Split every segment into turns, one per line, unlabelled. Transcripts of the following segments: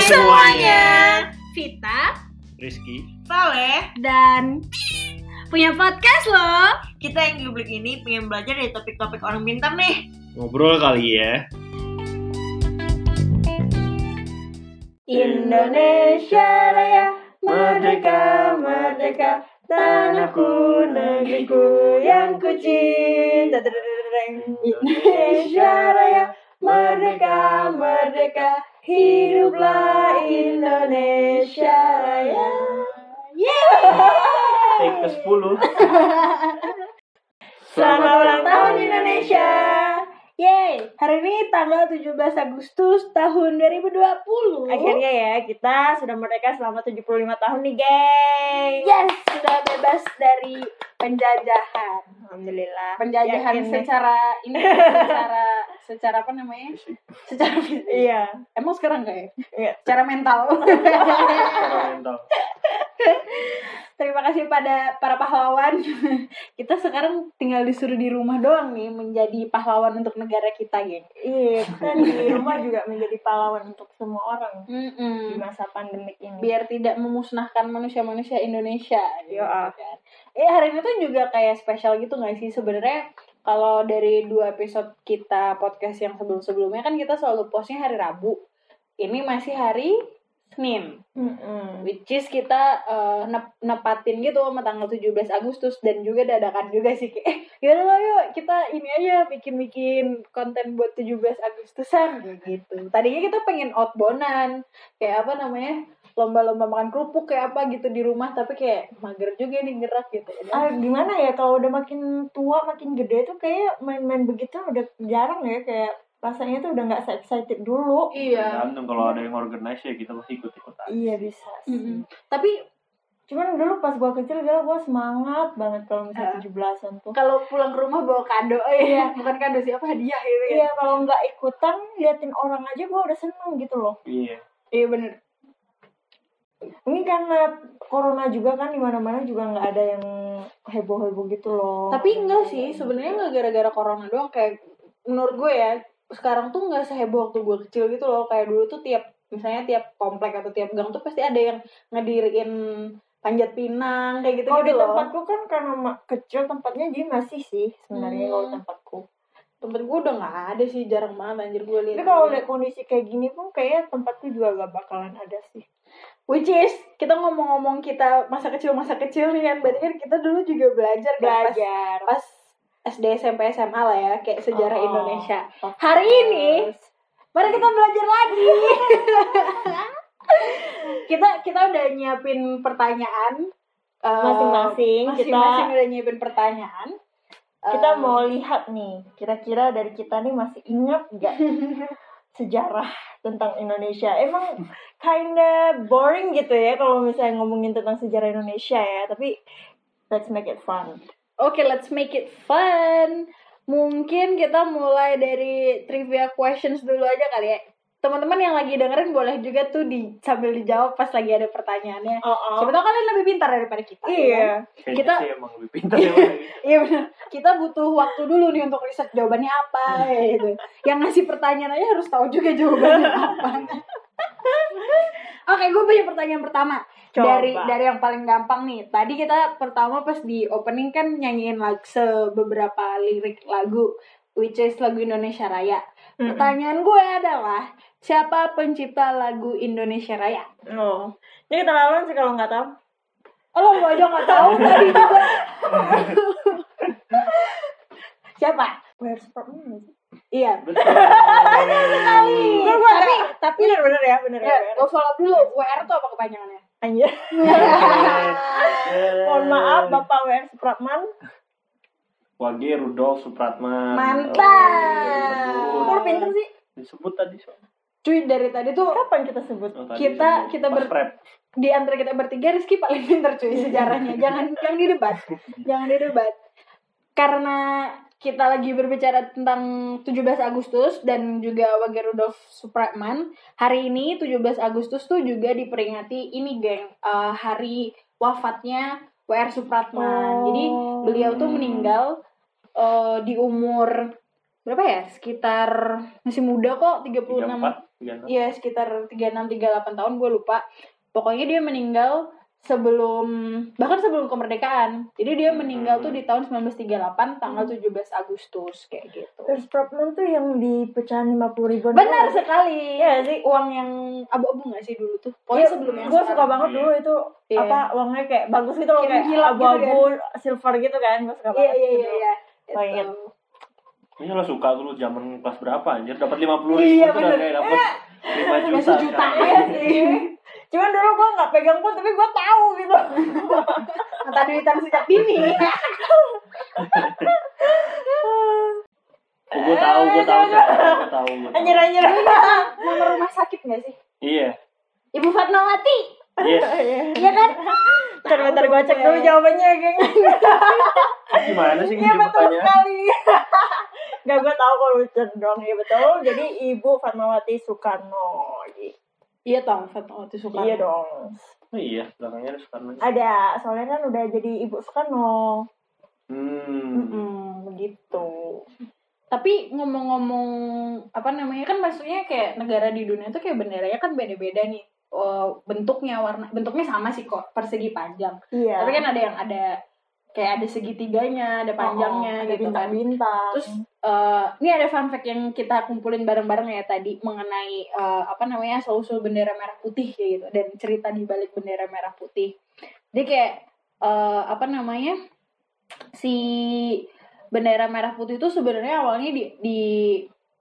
semuanya.
Vita
Rizky.
Saleh,
dan punya podcast loh.
kita yang gublik ini pengen belajar dari topik-topik orang pintar nih.
Ngobrol kali ya.
Indonesia Raya, merdeka, merdeka, tanahku, negeriku yang kucinta. Indonesia Raya, merdeka, merdeka, hiduplah Indonesia Raya.
Take ke 10.
Selamat ulang tahun Indonesia.
Yeay, hari ini tanggal 17 Agustus tahun 2020.
Akhirnya ya, kita sudah merdeka selama 75 tahun nih, geng.
yes, sudah bebas dari penjajahan.
Alhamdulillah.
Penjajahan
Yakin nih.
secara ini secara secara apa namanya? Secara fisik.
Iya.
Emang sekarang enggak ya?
Iya.
Secara mental.
Mental.
Terima kasih pada para pahlawan. Kita sekarang tinggal disuruh di rumah doang nih menjadi pahlawan untuk negara kita, geng.
Iya, kita di rumah juga menjadi pahlawan untuk semua orang di
Hmm.
masa pandemik ini.
biar tidak memusnahkan manusia-manusia Indonesia. gitu
Yo, ah.
kan. Eh hari ini tuh juga kayak spesial gitu nggak sih sebenarnya kalau dari dua episode kita podcast yang sebelum-sebelumnya kan kita selalu postnya hari Rabu. Ini masih hari Senin,
Mm-mm.
which is kita eh, nep- nepatin gitu sama tanggal 17 Agustus dan juga dadakan juga sih kayak eh yaudah lah yuk kita ini aja bikin-bikin konten buat 17 Agustusan kayak gitu. Tadinya kita pengen outboundan kayak apa namanya lomba-lomba makan kerupuk kayak apa gitu di rumah tapi kayak mager juga nih gerak gitu
Ah, gimana ya kalau udah makin tua makin gede tuh kayak main-main begitu udah jarang ya kayak rasanya tuh udah nggak se excited dulu
iya
Tergantung kalau ada yang organize ya kita pasti ikut-ikutan.
iya bisa sih.
Mm-mm. tapi
cuman dulu pas gua kecil gua gua semangat banget
Ah.
kalau misalnya 17-an tuh
kalau pulang ke rumah bawa kado ya bukan kado sih apa hadiah gitu ya
iya kalau nggak ikutan liatin orang aja gua udah seneng gitu loh
Iya.
iya bener
ini karena corona juga kan di mana mana juga nggak ada yang heboh heboh gitu loh
tapi enggak sih sebenarnya enggak gara-gara corona doang kayak menurut gue ya sekarang tuh enggak seheboh waktu gue kecil gitu loh kayak dulu tuh tiap misalnya tiap komplek atau tiap gang tuh pasti ada yang ngediriin panjat pinang kayak gitu
kalau di
gitu loh
tempatku kan karena ma- kecil tempatnya jadi masih sih
Hmm.
sebenarnya kalau tempatku
tempat gue udah nggak ada sih jarang banget anjir gue lihat
tapi kalau lihat kondisi kayak gini pun kayaknya tempatku juga gak bakalan ada sih
Which is kita ngomong-ngomong kita masa kecil masa kecil nih kan berarti kan kita dulu juga belajar kan, pas-
belajar
pas, SD SMP SMA lah ya kayak sejarah
Oh.
Indonesia. Hari ini mari kita belajar lagi. kita kita udah nyiapin pertanyaan eh,
masing-masing kita
masing-masing udah nyiapin pertanyaan.
kita
Eh,
mau lihat nih kira-kira dari kita nih masih ingat gak sejarah tentang Indonesia emang kinda boring gitu ya kalau misalnya ngomongin tentang sejarah Indonesia ya tapi let's make it fun
Oke, let's make it fun. Mungkin kita mulai dari trivia questions dulu aja kali ya. Teman-teman yang lagi dengerin boleh juga tuh di sambil dijawab pas lagi ada pertanyaannya.
oh,
Siapa tahu kalian lebih pintar daripada kita. ya kan?
iya
Kayaknya
Kita-
gitu sih emang lebih pintar ya. Bang.
Iya benar. Kita butuh waktu dulu nih untuk riset jawabannya apa ya gitu. Yang ngasih pertanyaan aja harus tahu juga jawabannya apa. Oke, gue punya pertanyaan pertama
Coba.
dari dari yang paling gampang nih. Tadi kita pertama pas di opening kan nyanyiin lagu beberapa lirik lagu which is lagu Indonesia Raya.
Mm-mm.
Pertanyaan gue adalah siapa pencipta lagu Indonesia Raya?
no ini keterlaluan sih kalau nggak tahu
Oh, lo gua aja nggak tahu tadi juga. siapa?
Where's from?
Iya,
Betul.
Tapi,
Gua- gua
tapi, tapi,
bener bener ya bener ya,
ya,
bener.
lo follow dulu. WR tuh apa kepanjangannya?
Anjir. mohon maaf bapak WR Supratman
Wage Rudolf Supratman. Oh,
Mantap.
kok lu pinter sih
Disebut tadi soalnya.
Cuy, dari tadi tuh
kapan kita sebut
Oh, tadi
Kita-
disebut.
kita
Pas
ber-
rap.
di antara kita bertiga Rizky paling pinter cuy sejarahnya. Jangan jangan didebat. Jangan didebat. Karena kita lagi berbicara tentang 17 Agustus dan juga Wage Rudolf Supratman. Hari ini 17 Agustus tuh juga diperingati ini geng eh, hari wafatnya WR Supratman. Jadi beliau tuh
Hmm.
meninggal eh, di umur berapa ya? Sekitar masih muda kok 36
36.
Iya sekitar 36-38 tahun gue lupa. Pokoknya dia meninggal sebelum bahkan sebelum kemerdekaan. Jadi dia
Hmm.
meninggal tuh di tahun 1938 tanggal 17 Agustus kayak gitu.
First problem tuh yang di pecahan 50 ribuan.
Benar sekali.
Iya sih.
Uang yang abu-abu gak sih dulu tuh?
Iya,
Pokoknya sebelum yang
gue suka
sekarang.
banget
Iya.
dulu itu
Iya.
apa uangnya kayak bagus gitu loh
Kayak
kayak
mengkilap gitu
abu-abu silver gitu kan gue suka
Iya
banget
iya iya
gitu.
iya.
Oh, ingat.
Gitu.
Ini lo suka dulu zaman kelas berapa anjir dapat 50 ribu
Iya,
tuh udah
bener.
kayak dapat 5 juta.
Masih juta
sekarang.
ya sih.
cuman dulu gue nggak pegang pun tapi gue tahu gitu
Mata duitan sejak dini.
Oh, gue tahu, gue tahu, gue tahu, gue tahu, gue tahu.
anjir anjir
Iya, Nomor rumah sakit gak sih?
Iya.
Ibu Fatmawati.
Yes.
Iya ya. kan?
bentar bentar gue cek dulu jawabannya geng
Ah, Gimana sih
iya
ini
betul
pertanyaan?
sekali Gak gue tahu kalau Richard dong ya betul jadi ibu Fatmawati Soekarno
Iya tau Fatmawati suka.
iya dong
Oh, iya, belakangnya ada Soekarno.
ada soalnya kan udah jadi ibu Soekarno
Hmm.
Mm, begitu.
tuh
Tapi ngomong-ngomong apa namanya kan maksudnya kayak negara di dunia tuh kayak benderanya kan beda-beda nih. Oh, bentuknya warna bentuknya sama sih kok persegi panjang.
iya
Tapi kan ada yang ada kayak ada segitiganya, ada panjangnya
Oh, ada
gitu kan.
bintang-bintang
Terus eh, ini ada fun fact yang kita kumpulin bareng-bareng ya tadi mengenai eh, apa namanya asal-usul bendera merah putih kayak gitu dan cerita di balik bendera merah putih. Jadi kayak eh, apa namanya si bendera merah putih itu sebenarnya awalnya di, di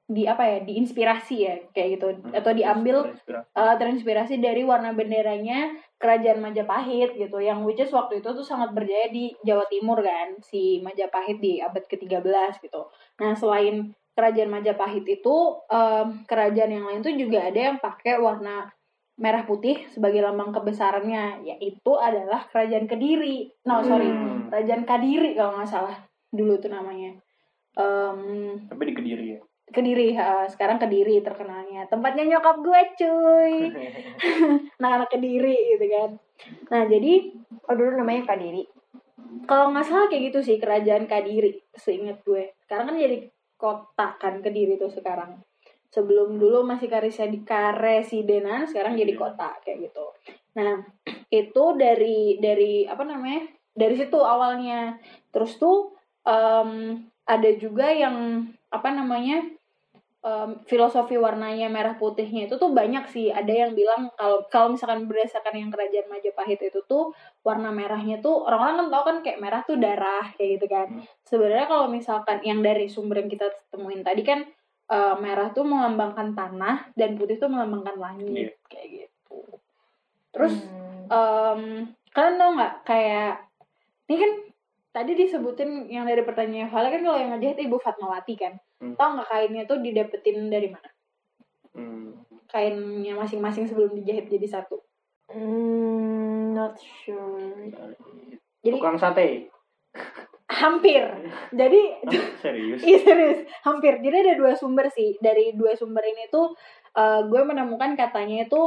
di apa ya diinspirasi ya kayak gitu
Hmm,
atau diambil eh, terinspirasi dari warna benderanya kerajaan Majapahit gitu yang which is waktu itu tuh sangat berjaya di Jawa Timur kan si Majapahit di abad ke-13 gitu. Nah, selain kerajaan Majapahit itu em, kerajaan yang lain tuh juga ada yang pakai warna merah putih sebagai lambang kebesarannya yaitu adalah kerajaan Kediri. No, sorry.
Hmm.
Kerajaan Kadiri kalau nggak salah dulu tuh namanya. Em,
Tapi di Kediri ya.
Kediri, ha, sekarang Kediri terkenalnya. Tempatnya nyokap gue cuy. Anak-anak Kediri gitu kan. Nah jadi
oh dulu namanya Kadiri
kalau nggak salah kayak gitu sih kerajaan Kadiri seingat gue. Sekarang kan jadi kota kan Kediri tuh sekarang. Sebelum dulu masih karisa di karesidenan, sekarang jadi kota kayak gitu. Nah itu dari dari apa namanya? Dari situ awalnya. Terus tuh em, ada juga yang apa namanya? em, filosofi warnanya merah putihnya itu tuh banyak sih ada yang bilang kalau kalau misalkan berdasarkan yang kerajaan Majapahit itu tuh warna merahnya tuh orang-orang kan tahu kan kayak merah tuh darah kayak gitu kan
Hmm.
sebenarnya kalau misalkan yang dari sumber yang kita temuin tadi kan eh, merah tuh melambangkan tanah dan putih tuh melambangkan langit kayak gitu terus
Hmm.
Em, kalian tau nggak kayak ini kan tadi disebutin yang dari pertanyaan Vala kan kalau yang ngejahit ibu Fatmawati kan
Hmm.
tau nggak kainnya tuh didapetin dari mana
Hmm.
kainnya masing-masing sebelum dijahit jadi satu
Hmm, not sure.
jadi
Tukang sate.
hampir jadi
Hah, Serius.
Iya serius, hampir. Jadi ada dua sumber sih. Dari dua sumber ini tuh eh, gue menemukan katanya itu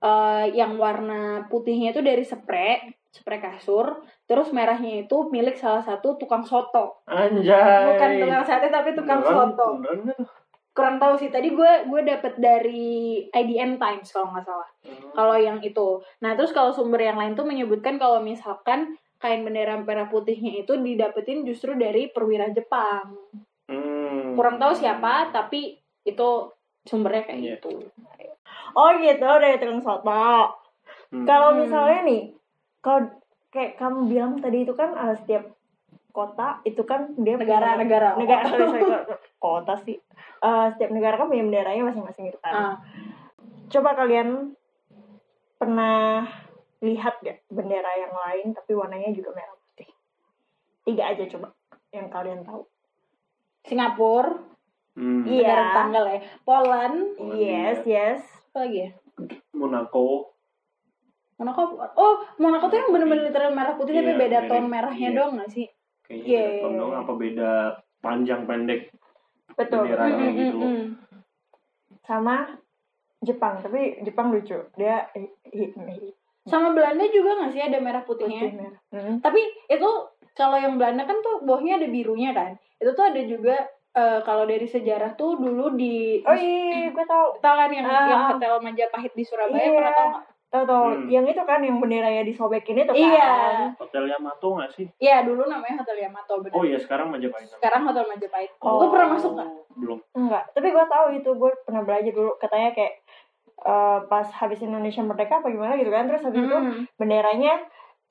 eh, yang warna putihnya itu dari spray, spray kasur. Terus merahnya itu milik salah satu tukang soto.
Anjay.
Bukan tukang sate tapi tukang
Beneran,
soto.
beneran ya? nggak tuh?
Kurang tahu sih. Tadi gue gue dapet dari IDN Times kalau nggak salah. Kalau yang itu. Nah terus kalau sumber yang lain tuh menyebutkan kalau misalkan kain bendera merah putihnya itu didapetin justru dari perwira Jepang
Hmm.
kurang tahu siapa tapi itu sumbernya kayak
Iya.
gitu
Oh gitu dari tukang soto.
Hmm.
Kalau
Hmm.
misalnya nih, kalau kayak kamu bilang tadi itu kan ada setiap kota itu kan dia punya-
negara-negara
negara sorry, sorry, sorry. kota sih. Eh, setiap negara kan punya benderanya masing-masing gitu
Ah.
kan. Coba kalian pernah lihat gak bendera yang lain tapi warnanya juga merah putih. Tiga aja coba yang kalian tahu.
Singapura
Hmm.
Iya.
negara tanggal ya Poland
Polandia,
Yes, yes.
apa lagi ya
Monaco.
Monaco oh Monaco tuh yang bener-bener literal merah putih tapi
Iya,
beda
beda.
tone merahnya
Iya.
doang gak sih
Kayaknya
Iya.
beda tahun doang apa beda panjang pendek
Betul.
Bendera Kayak
Mm, mm,
gitu.
mm.
sama Jepang tapi Jepang lucu dia hi- hi- hi-
sama Belanda juga gak sih ada merah
putih
putihnya
merah. Hmm.
tapi itu kalau yang Belanda kan tuh bawahnya ada birunya kan itu tuh ada juga eh, kalau dari sejarah tuh dulu di
Oh iya, gue tau.
tau kan yang,
Ah.
yang hotel Majapahit di Surabaya
Iya.
pernah tau nggak?
Tau tau,
Hmm.
yang itu kan yang benderanya disobekin itu kan.
Iya.
Hotel Yamato nggak sih?
Iya dulu namanya Hotel Yamato bener.
Oh iya sekarang Majapahit.
Sekarang Hotel Majapahit.
Oh.
Lu pernah masuk nggak?
Belum.
Enggak, tapi gue tahu itu gue pernah belajar dulu katanya kayak eh, pas habis Indonesia merdeka apa gimana gitu kan terus habis itu
Hmm.
benderanya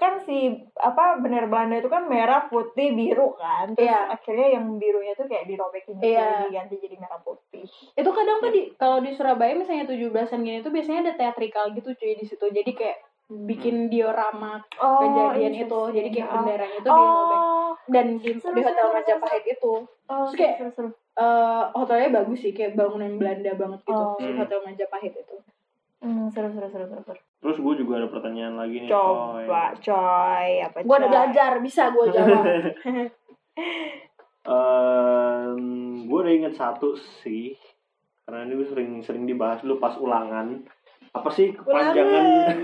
kan si apa bendera Belanda itu kan merah putih biru kan terus
Iya.
akhirnya yang birunya tuh kayak dirobekin gitu
Iya.
diganti jadi merah putih
Itu kadang kan di kalau di Surabaya misalnya 17-an gini tuh biasanya ada teatrikal gitu cuy di situ. Jadi kayak bikin
Hmm.
diorama
oh, Ya.
kejadian itu. Jadi kayak benderanya itu dirobek.
oh,
Dan di,
Seru,
di Hotel
seru, seru,
Majapahit itu
oh
Terus kayak-
seru, seru, seru.
eh hotelnya bagus sih kayak bangunan Belanda banget gitu
Oh.
si Hotel Majapahit itu.
Hmm, seru seru seru seru seru.
Terus gue juga ada pertanyaan lagi nih.
coba
Iya, Coy.
coy apa
Gue udah
coy?
belajar bisa gue jawab.
gue udah inget satu sih. Karena ini gue sering-sering dibahas dulu pas ulangan. Apa sih kepanjangan?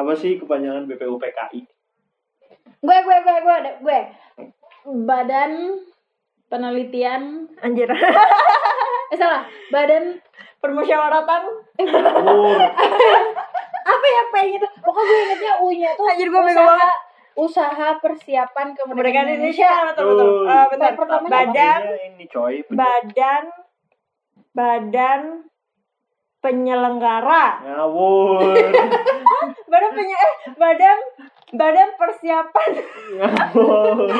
apa sih kepanjangan BPUPKI?
gue gue gue gue ada- gue badan penelitian
anjir
eh salah badan
permusyawaratan
Umur.
apa ya P gitu pokoknya gue ingetnya U nya tuh
Anjir, gue bego
usaha
banget.
usaha persiapan
kemerdekaan
kemerdekaan
Indonesia
Indonesia
betul betul
Tuh.
Eh, bentar.
Yang pertama
badan
Artinya ini coy.
badan badan penyelenggara
Ngawur.
badan penye eh, badan badan persiapan
Ngawur.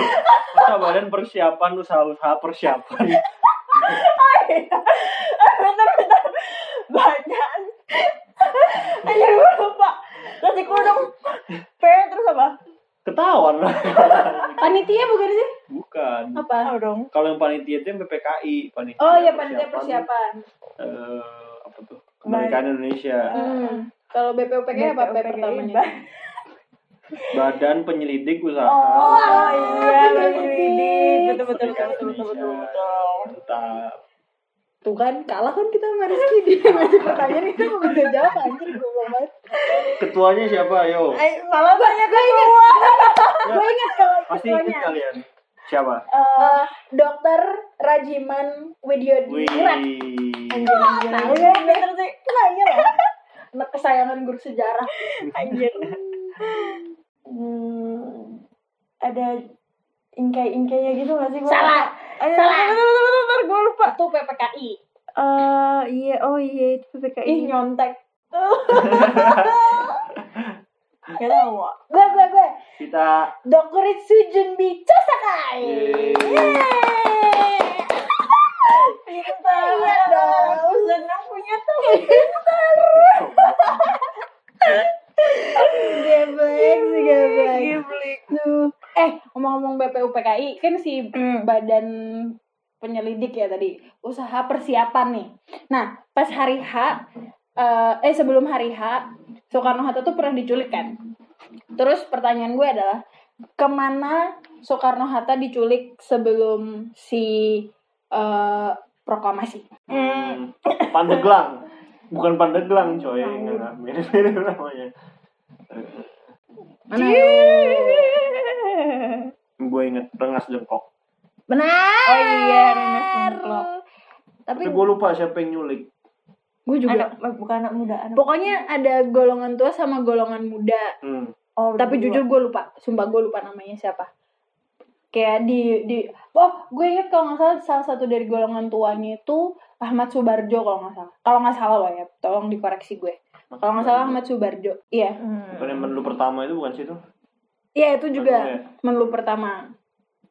Masa badan persiapan usaha-usaha persiapan.
bentar bentar badan aja gue lupa nasi dong p terus apa
Ketahuan lah.
panitia bukan sih
Bukan.
apa
tahu dong
Kalau yang panitia itu yang PPKI, panitia.
oh ya panitia persiapan
eh, apa tuh? Kemerdekaan Indonesia.
hmm. kalau BPUPK apa P
BPUPKI,
pertamanya
Bang.
Badan penyelidik usaha.
oh, iya
betul,
penyelidik betul betul betul
Kemerdekaan
betul betul betul,
Indonesia.
betul.
Mantap.
tuh kan kalah kan kita sama Rizky di masih pertanyaan kita nggak bisa jawab anjir gue banget
Ketuanya siapa? Ayo.
Eh, malah banyak gue
gue inget kalau
Pasti ikut kalian. Siapa?
Eh, dokter Rajiman Widyodi
Wih.
Wirat.
Anjir,
Oh,
anjir,
iya,
anjir, iya, bener sih.
Nah, iya lah. Anak kesayangan guru sejarah.
Anjir. Hmm, ada ingkai-ingkainya gitu gak sih? Gua
Salah.
lupa. Ayo,
Salah.
Bentar, bentar, bentar, bentar, gue lupa.
Itu PPKI.
Eh, iya, oh iya, itu PPKI.
Ih, nyontek.
Gak tau, Wak.
Gue, gue, gue.
Kita
Dokter Sujunbi Chosakai.
Yeay.
Pintar.
Iya dong.
Aku senang punya temen.
Geblek, si geblek.
Geblek.
Tuh. Eh, ngomong-ngomong BPUPKI, kan si badan penyelidik ya tadi, usaha persiapan nih. Nah, pas hari H, eh, eh sebelum hari H, Soekarno-Hatta tuh pernah diculik kan? Terus pertanyaan gue adalah, kemana Soekarno-Hatta diculik sebelum si eh, proklamasi?
Hmm, Pandeglang. Bukan Pandeglang, coy. Enggak, Mirip-mirip namanya.
Mana yuk?
Gue inget Rengas Dengkok.
Benar.
Oh iya, Rengas Dengklok.
Tapi
Tapi gue lupa siapa yang nyulik.
gue juga.
Anak, bukan anak muda, anak.
Pokoknya ada golongan tua sama golongan muda.
Hmm.
Oh,
tapi
berdua.
jujur gue lupa sumpah gue lupa namanya siapa kayak di di oh gue inget kalau nggak salah salah satu dari golongan tuanya itu Ahmad Subarjo kalau nggak salah kalau nggak salah loh ya tolong dikoreksi gue kalau nggak salah Ahmad Subarjo iya
Hmm.
Bukan yang menu pertama itu bukan situ?
iya itu
Menlu ya?
juga menlu pertama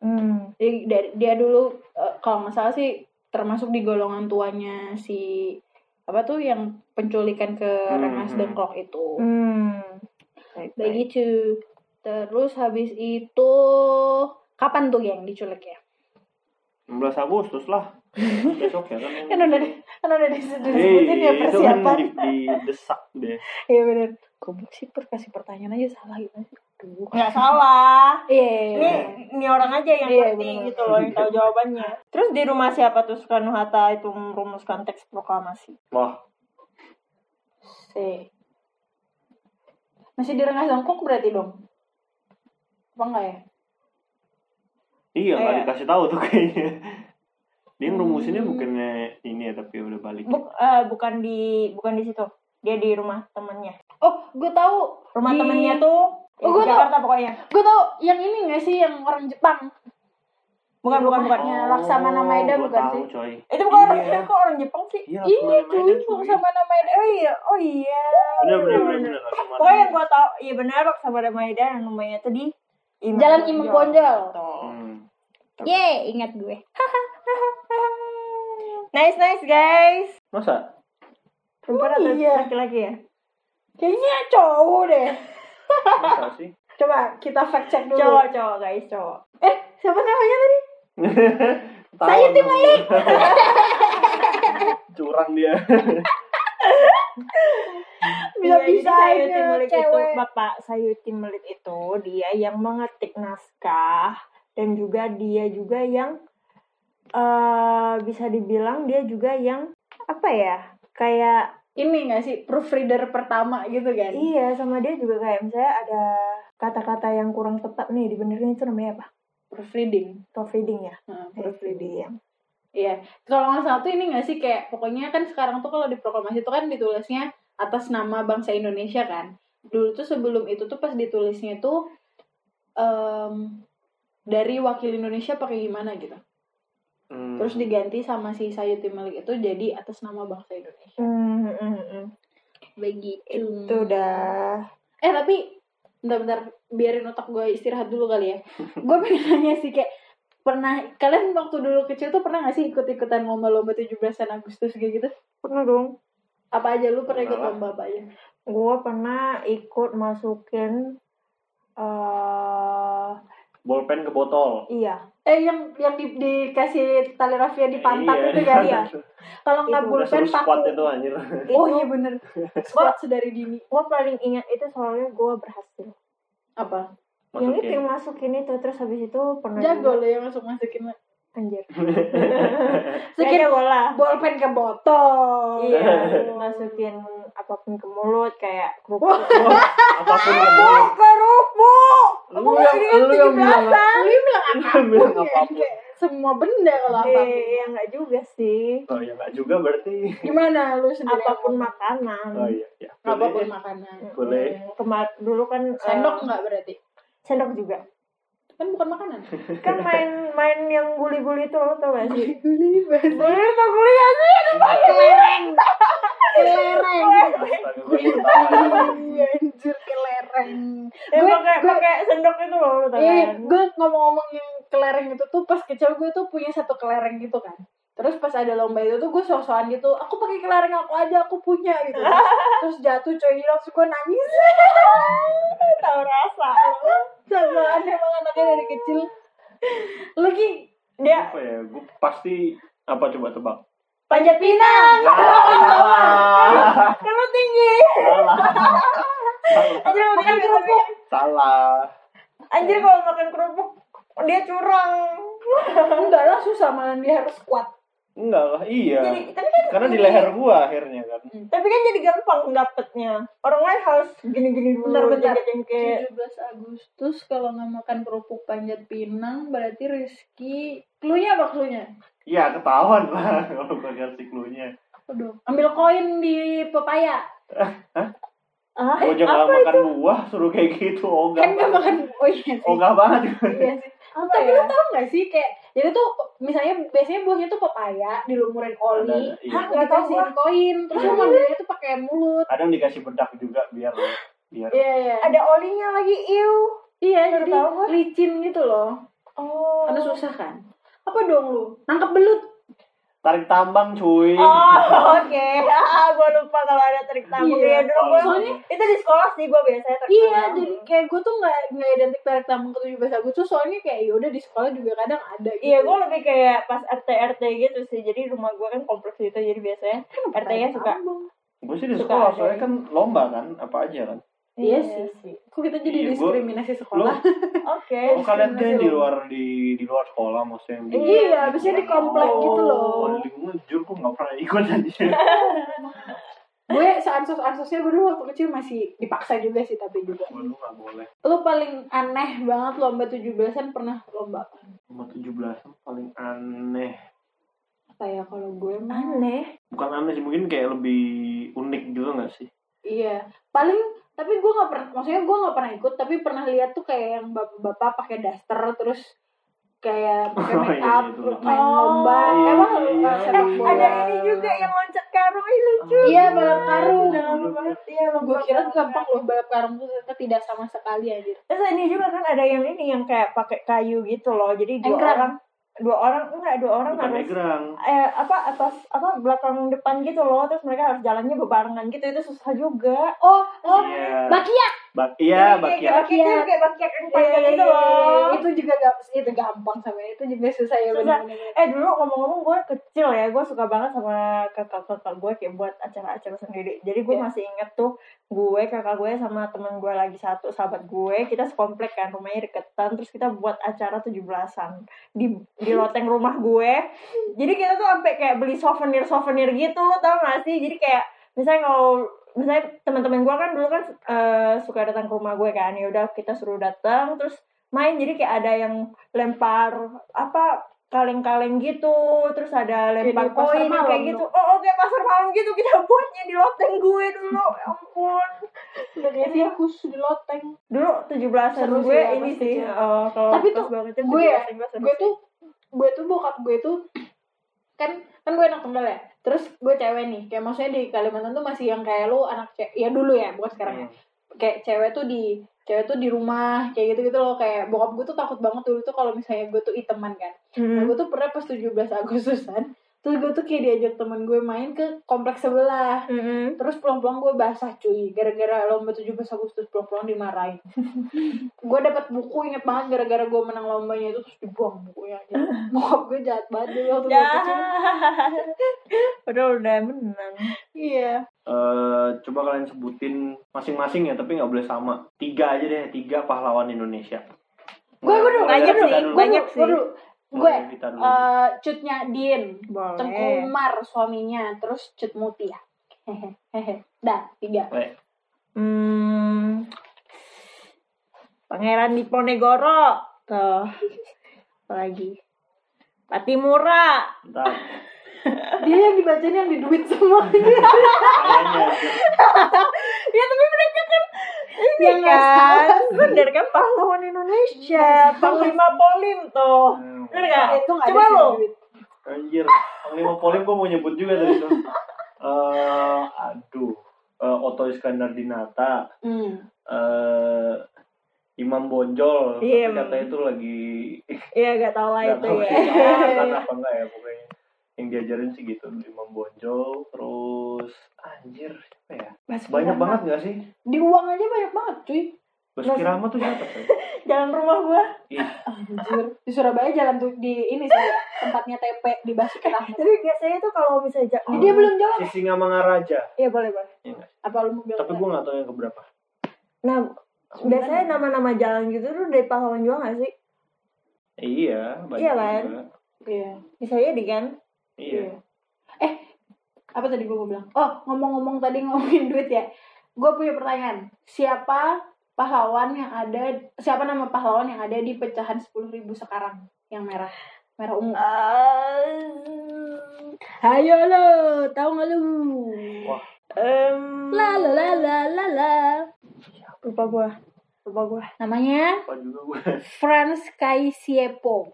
Hmm.
Jadi dari- dia dulu eh, kalau nggak salah sih termasuk di golongan tuanya si apa tuh yang penculikan ke
Hmm,
Rengas
hmm.
Dengklok itu
Hmm. Baik-baik.
begitu terus habis itu kapan tuh yang diculik ya
16 Agustus lah. Besok ya kan.
kan udah di- kan udah disebutin ya
Hei, itu kan
persiapan
di, di desak deh.
iya bener goblok sih per kasih pertanyaan aja salah gitu sih Aduh.
Nggak salah.
iya
ini ini orang aja yang
Iya,
ngerti
benar.
gitu loh yang tahu jawabannya terus di rumah siapa tuh Soekarno Hatta itu merumuskan teks proklamasi
Wah,
si masih di Rengas Dengklok berarti dong apa enggak ya
iya nggak
Iya.
dikasih tahu tuh kayaknya. Dia ngerumusinnya
Hmm.
bukannya ini ya, tapi udah balik.
Buk, eh, bukan di bukan di situ. Dia di rumah temennya.
Oh, gue tahu.
Rumah
Di-
temennya tuh ya,
Oh,
di
gua tau.
Jakarta pokoknya.
Gue tahu yang ini gak sih yang orang Jepang?
Bukan bukan bukan.
Oh. Laksamana Maeda
gua
bukan
tahu,
sih?
coy.
Itu bukan orang
Iya.
kok orang Jepang sih.
Iya,
Iya,
Laksamana
cuy,
Maeda.
Bung,
cuy.
sama nama Eda.
Oh iya, oh iya.
Bener, bener, bener, bener. Laksamana
Pokoknya yang
Maeda.
gua tau, iya benar sama Maeda dan rumahnya tuh di Imam
Jalan Imam Bonjol.
Hmm.
Yeay, ingat gue.
Nice nice guys.
Masa?
Perempuan atau
iya.
laki-laki ya?
Kayaknya cowok deh.
Masa sih?
Coba kita fact check dulu.
Cowok cowok guys cowok.
Eh, siapa namanya tadi?
Tahu
Saya tim
namanya.
Malik.
Curang dia.
Bisa
Iya, jadi
bisanya
Sayuti Melit itu
cewek.
Bapak Sayuti Melit itu dia yang mengetik naskah dan juga dia juga yang eh bisa dibilang dia juga yang apa ya kayak
Ini gak sih proofreader pertama gitu kan?
iya sama dia juga kayak misalnya ada kata-kata yang kurang tepat nih dibenerin itu namanya apa?
Proofreading.
Proofreading ya.
Nah, proofreading.
Proofreading.
Iya. Kalau nggak salah tuh ini nggak sih kayak pokoknya kan sekarang tuh kalau di proklamasi itu kan ditulisnya atas nama bangsa Indonesia kan. Dulu tuh sebelum itu tuh pas ditulisnya tuh em, dari wakil Indonesia pakai gimana gitu.
Hmm.
Terus diganti sama si Sayuti Melik itu jadi atas nama bangsa Indonesia.
Hmm, hmm, hmm.
Begitu.
Itu udah
Eh tapi bentar-bentar biarin otak gue istirahat dulu kali ya. gue pengen nanya sih kayak pernah kalian waktu dulu kecil tuh pernah gak sih ikut-ikutan lomba-lomba 17-an Agustus kayak gitu?
pernah dong.
apa aja lu pernah ikut
Pernah lah.
lomba apa aja
Gue pernah ikut masukin eh
Bolpen ke botol.
iya
eh yang yang di, dikasih tali rafia di pantat
Iya.
itu kan ya kalau nggak
Itu
Udah
pulpen
seru squat
pakai
itu anjir.
oh iya bener squat sedari dini
gue paling ingat itu soalnya gue berhasil
apa
yang itu yang
Masukin.
masukin itu terus habis itu pernah
jago
juga-
lo yang masuk masukin
anjir
Masukin
Kayak bola
bolpen ke botol
iya masukin apapun ke mulut kayak kerupuk
Ah,
Apapun yang boleh.
kerupuk
Lu yang lu yang bilang
lu yang bilang
Lu bilang
apapun ya.
apapun.
Kayak semua benda kalau apa
iya nggak juga sih
Oh ya nggak juga berarti.
gimana lu sendiri Eh.
apapun
yang-
makanan
Oh iya. Ya.
apapun
Boleh.
makanan
Mm-mm.
Boleh.
Kemar- dulu kan eh,
sendok nggak berarti
sendok juga
kan bukan makanan
kan main main yang guli-guli itu lo tau gak sih Iya,
guli banget
guli apa guli gak sih Aduh, pakai lereng iya.
kelereng
iya. Astaga, gua baru tahu.
Iya, anjir kelereng
Eh,
Gue-
pakai
gue-
pakai sendok itu loh lo tau
eh
kan
gue ngomong-ngomong yang kelereng itu tuh pas kecil gue tuh punya satu kelereng gitu kan terus pas ada lomba itu tuh gue sosokan gitu aku pakai kelereng aku aja aku punya gitu terus, terus jatuh coy hilang terus gue nangis
tau rasa
sama aneh banget anaknya dari kecil lagi
dia
Apa ya? Gua pasti apa coba tebak?
panjat pinang
Iya. Salah.
kalau tinggi
Salah.
anjir
Makan
kalau makan
kerupuk.
kerupuk
Salah.
anjir kalau makan kerupuk dia curang
enggak lah susah malah dia harus kuat
Enggak lah, iya.
jadi tapi kan
Karena di leher gua akhirnya kan.
tapi kan jadi gampang dapetnya orang lain harus gini-gini dulu
Bentar, bentar.
jengke-jengke.
17 Agustus kalau nggak makan kerupuk panjat pinang berarti Rizky klunya apa klunya
Iya, ketahuan lah kalau gua ngasih clue-nya.
Aduh, ambil koin di pepaya
ah
Gua Oh, jangan
apa
makan
itu
buah suruh kayak gitu, ogah.
kan nggak
banget.
makan oh iya sih
Ogah banget.
Iya sih.
apa
Tapi
ya?
lu tau gak sih kayak jadi tuh misalnya biasanya buahnya tuh pepaya dilumurin
Ada,
oli,
iya.
hah nggak tahu
Dikasihin
koin, terus
Iya.
lu ngambilnya tuh pakai mulut.
Kadang dikasih bedak juga biar biar
Iya iya.
ada olinya lagi iu
Iya
Baru
jadi
tahu gua.
licin gitu loh.
oh
Karena susah kan. Apa dong lu? Nangkep belut.
tarik tambang cuy.
Oh oke, ah gue lupa kalau ada trik tamu
Iya.
ya dulu gue
Soalnya-
itu di sekolah sih gue biasanya trik
Iya
tamu.
jadi kayak gue tuh nggak nggak identik tarik tambang ke 17 Agustus soalnya kayak yaudah di sekolah juga kadang ada. Gitu.
Iya, gue lebih kayak pas RT RT gitu sih. Jadi rumah gue kan kompleks gitu, jadi biasanya
kan
RT nya
Tarik
suka.
tambang.
Gue sih di
Suka
sekolah
ada.
soalnya kan lomba kan, apa aja kan.
Iya sih. Kok kita
Iya,
jadi
gua-
diskriminasi
Lu,
sekolah?
Oke.
oh, kalian tuh yang di
lomba.
luar di di luar sekolah maksudnya yang di
Iya, biasanya di komplek gitu loh.
Oh, di lingkungan jujur gue nggak pernah ikut aja.
gue seansus ansusnya gue dulu waktu kecil masih dipaksa juga sih tapi juga.
Gue lu nggak boleh.
Lu paling aneh banget lomba 17-an pernah lomba apa?
Nomor 17 paling aneh.
apa ya kalau gue mah
aneh
bukan aneh sih mungkin kayak lebih unik gitu nggak sih
iya paling tapi gue nggak pernah maksudnya gue nggak pernah ikut tapi pernah lihat tuh kayak yang bapak-bapak pakai daster terus kayak pakai
Oh,
make
iya,
up
itu.
main
Oh,
lomba
iya,
emang
iya,
lu
iya.
sepak
Eh,
bola?
ada ini juga yang loncat karung ini lucu
iya balap karung
udah lama banget iya
gue kira tuh gampang loh balap karung tuh ternyata tidak sama sekali aja
terus ini juga kan ada yang ini yang kayak pakai kayu gitu loh jadi dua
Engkrang.
orang dua orang enggak dua orang
bukan
harus
egrang
eh apa atas apa belakang depan gitu loh terus mereka harus jalannya bebarengan gitu itu susah juga
oh oh
iya
bakia
bak iya
Jadi
bakia
kayak bakiak kayak bakiak
Iya,
yang panjang gitu loh
itu juga gak itu gampang sama itu juga susah ya
Susah.
bener-bener
Eh dulu ngomong-ngomong gue kecil ya, gue suka banget sama kakak-kakak gue kayak buat acara-acara sendiri. Jadi gue
Iya.
masih inget tuh gue kakak gue sama teman gue lagi satu sahabat gue kita sekomplek kan rumahnya deketan terus kita buat acara 17-an di di loteng rumah gue jadi kita tuh sampai kayak beli souvenir souvenir gitu lo tau gak sih jadi kayak misalnya kalau misalnya teman-teman gue kan dulu kan eh, suka datang ke rumah gue kan ya udah kita suruh datang terus main jadi kayak ada yang lempar apa kaleng-kaleng gitu terus ada
Kayak di
lempar
pasar
koin yang
malam
kayak gitu oh oke pasar malam gitu kita buatnya di loteng gue dulu ya ampun
jadi aku ya, di loteng
dulu 17-an
Seru sih
gue
ya,
ini
pasti
sih
ya.
eh, kalau
Tapi
pas
tuh,
gue kecil
gue ya,
17-an gue seru
gue
sih.
tuh gue tuh bokap gue tuh kan kan gue anak tunggal ya terus gue cewek nih kayak maksudnya di Kalimantan tuh masih yang kayak lu anak cewek ya dulu ya bukan sekarang ya kayak cewek tuh di cewek tuh di rumah kayak gitu gitu loh kayak bokap gue tuh takut banget dulu tuh kalau misalnya gue tuh iteman kan
Hmm.
Nah, gue tuh pernah pas 17 Agustusan terus gue tuh kayak diajak temen gue main ke kompleks sebelah
Mm-mm.
terus pulang-pulang gue basah cuy gara-gara lomba 17 Agustus pulang-pulang dimarahin gue dapat buku inget banget gara-gara gue menang lombanya itu terus dibuang bukunya Jadi, bokap gue jahat banget dulu waktu gue kecil
Jahat. Padahal udah menang.
iya
Eh, coba kalian sebutin masing-masing ya tapi nggak boleh sama tiga aja deh tiga pahlawan Indonesia
gue gue dulu
Mulai
banyak
dari
sih,
Vita
gue
dulu.
banyak
dulu, gue dulu gue
Mulai dari Vita dulu.
eh, cutnya Din
Boleh.
Tengku Umar suaminya terus cut Mutia hehehe dah tiga
Oke.
Hmm. Pangeran Diponegoro. Tuh. Apa lagi? Patimura.
Bentar.
dia yang dibacain yang di duit semua Iya.
Kayaknya.
ya tapi mereka kan ini
Yang nggak
kan.
salah.
Bener kan pahlawan Indonesia. Panglima Polim tuh.
Hmm.
Bener gak?
itu nggak
Coba
ada sih
lu.
yang duit.
Anjir, panglima polim gue mau nyebut juga tadi tuh. Eh, aduh, Eh, Otto Iskandar Dinata,
Hmm.
eh, Imam Bonjol, tapi
Iya, emang.
katanya itu lagi
Iya gak tau lah
nggak
itu
tahu
ya.
sih, tahu apa enggak ya pokoknya. Yang diajarin sih gitu, Imam Bonjol, terus anjir, siapa ya? Banyak banget gak sih?
di uang aja banyak banget cuy
Basuki Rahmat tuh siapa tuh?
Jalan rumah gua.
Ih,
Anjir. di Surabaya jalan tuh di ini sih tempatnya TP di Basuki Rahmat
Tapi biasanya tuh kalau misalnya ja-
Jadi dia belum jawab
si Singamangaraja.
Iya boleh boleh.
Iya nggak?
apa lu mau bilang
Tapi gue gak tau yang keberapa.
Nah biasanya nama-nama jalan gitu tuh dari pahlawan juga gak sih?
Iya, banyak
Iya, Lan.
juga.
Iya.
Misalnya di kan?
Iya.
Eh, apa tadi gue mau bilang? Oh, ngomong-ngomong tadi ngomongin duit ya. Gue punya pertanyaan. Siapa pahlawan yang ada? Siapa nama pahlawan yang ada di pecahan sepuluh ribu sekarang? Yang merah, merah ungu. Ayo lo, tahu nggak lu?
Em,
La la la la la la.
lupa gua. Lupa gua.
Namanya
Apa juga gue.
Franz Kaisiepo.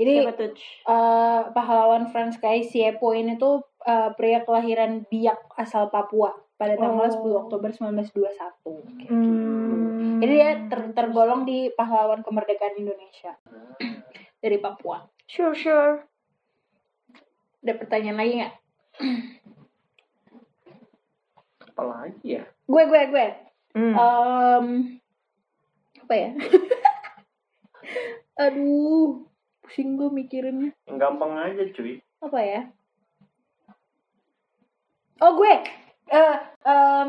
Jadi
Siapa tuh?
eh, pahlawan Franz Kaisiepo ini tuh eh, pria kelahiran Biak asal Papua pada tanggal
Oh.
10 Oktober 1921.
Hmm.
Jadi dia ter- tergolong di pahlawan kemerdekaan Indonesia dari Papua.
Sure sure.
Ada pertanyaan lagi nggak?
Apalagi ya?
Gue gue gue.
Hmm.
Em, apa ya? Aduh, pusing gue mikirinnya.
Yang gampang aja cuy.
Apa ya? Oh gue. Eh, em,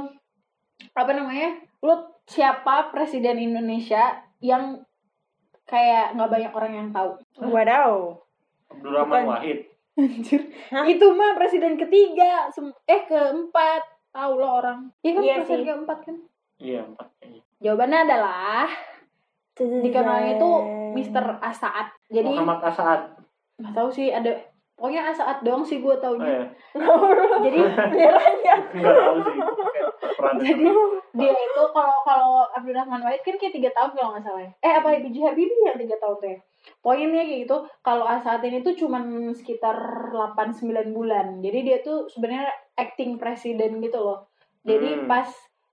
apa namanya? Lu siapa presiden Indonesia yang kayak nggak banyak orang yang tahu?
Wadaw.
Abdurrahman
Bukan.
Wahid.
Anjir.
Hah?
Itu mah presiden ketiga, sem- eh keempat. Tahu lo orang. Iya kan
Iya
presiden
sih.
keempat kan?
Iya, empat kayaknya.
Jawabannya adalah
Iya.
dikenalnya itu Mr. Asaat. Jadi
Muhammad Asaad.
nggak tahu sih ada Pokoknya saat doang sih
Oh,
gue
iya.
taunya.
ya.
Jadi
Nyerahnya.
Nggak tahu sih. Kayak peran
jadi dia itu kalau kalau Abdurrahman Wahid kan kayak tiga tahun kalau nggak salah ya. Eh apa BJ Habibie yang tiga tahun tuh ya. Poinnya kayak gitu, kalau saat ini tuh cuman sekitar 8-9 bulan. Jadi dia tuh sebenarnya acting presiden gitu loh.
Hmm.
Jadi pas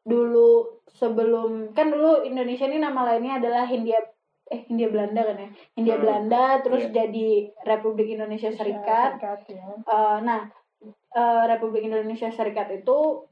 dulu sebelum kan dulu Indonesia ini nama lainnya adalah Hindia eh Hindia Belanda kan ya. Hindia
Hmm.
Belanda terus jadi Republik Indonesia Serikat.
ya.
Eh, nah eh, Republik Indonesia Serikat itu